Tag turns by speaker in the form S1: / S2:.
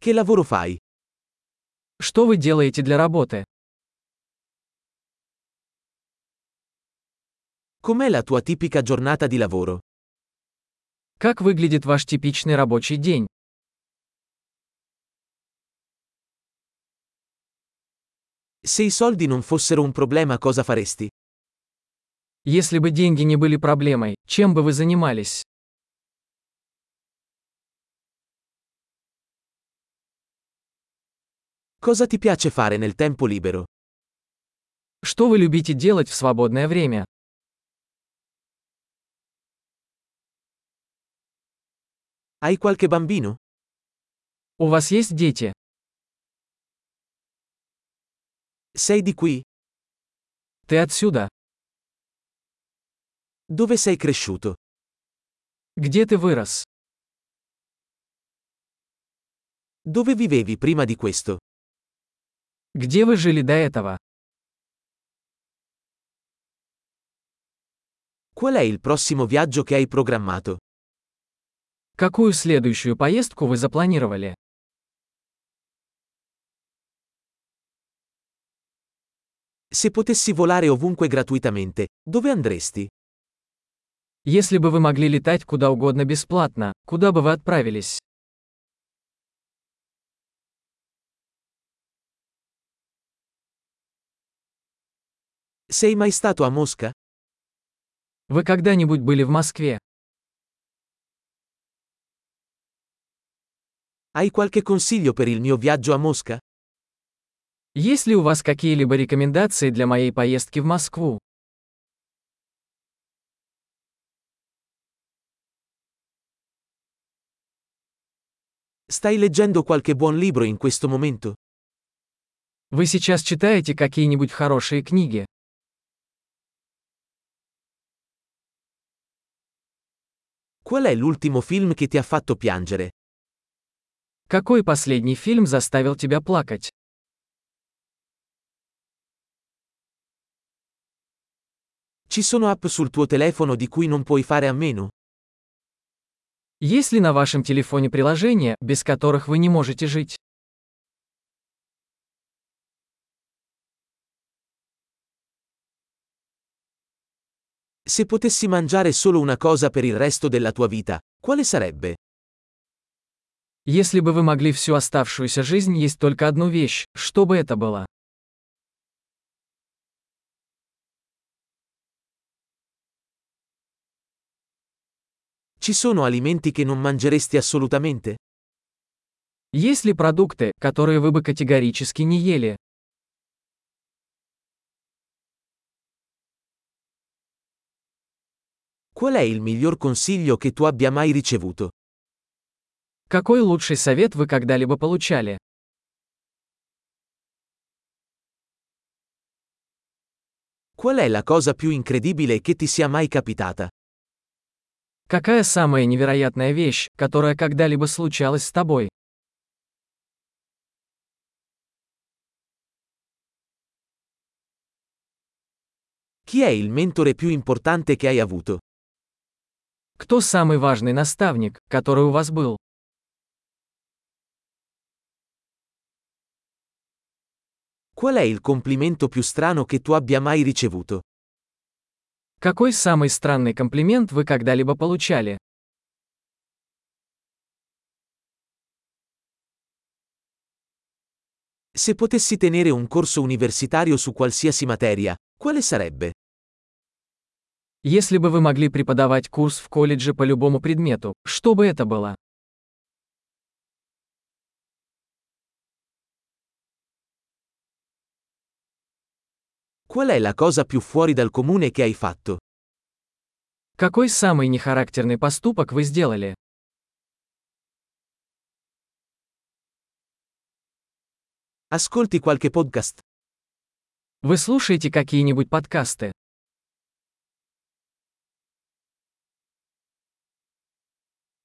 S1: Che lavoro fai?
S2: Что вы делаете для работы?
S1: Com'è la tua tipica giornata di lavoro?
S2: Как выглядит ваш типичный рабочий день?
S1: Se i soldi non fossero un problema cosa faresti?
S2: Если бы деньги не были проблемой, чем бы вы занимались?
S1: Cosa ti piace fare nel tempo libero?
S2: Что вы любите делать в свободное время?
S1: Hai qualche bambino?
S2: У вас есть дети?
S1: Sei di qui?
S2: Ты отсюда?
S1: Dove sei cresciuto?
S2: Где ты вырос?
S1: Dove vivevi prima di questo?
S2: Где вы жили до этого?
S1: Qual è il prossimo viaggio che hai programmato?
S2: Какую следующую поездку вы запланировали?
S1: Se potessi volare ovunque gratuitamente, dove andresti?
S2: Если бы вы могли летать куда угодно бесплатно, куда бы вы отправились?
S1: Sei mai stato a Mosca?
S2: Вы когда-нибудь были в Москве?
S1: Hai qualche consiglio per il mio viaggio a Mosca?
S2: Есть ли у вас какие-либо рекомендации для моей поездки в Москву?
S1: Stai leggendo qualche buon libro in questo momento?
S2: Вы сейчас читаете какие-нибудь хорошие книги?
S1: Qual è l'ultimo film che ti ha fatto piangere?
S2: Какой последний фильм заставил тебя плакать?
S1: Ci sono app sul tuo telefono di cui non puoi fare a meno?
S2: Есть ли на вашем телефоне приложения, без которых вы не можете жить?
S1: Se potessi mangiare solo una cosa per il resto della tua vita, quale sarebbe?
S2: Если бы вы могли всю оставшуюся жизнь есть только одну вещь, что бы это было?
S1: Ci sono alimenti che non mangeresti assolutamente?
S2: Есть ли продукты, которые вы бы категорически не ели?
S1: Qual è il miglior consiglio che tu abbia mai ricevuto?
S2: Какой лучший совет вы когда-либо получали?
S1: Qual è la cosa più incredibile che ti sia mai capitata?
S2: Какая самая невероятная вещь, которая когда-либо случалась с тобой?
S1: Chi è il mentore più importante che hai avuto?
S2: Кто самый важный наставник, который у вас был?
S1: Qual è il complimento più strano che tu abbia mai ricevuto?
S2: Какой самый странный комплимент вы когда-либо получали?
S1: Se potessi tenere un corso universitario su qualsiasi materia, quale sarebbe?
S2: Если бы вы могли преподавать курс в колледже по любому предмету, что бы это было?
S1: Qual è la cosa più fuori dal comune che hai fatto?
S2: Какой самый нехарактерный поступок вы сделали?
S1: Ascolti qualche podcast?
S2: Вы слушаете какие-нибудь подкасты?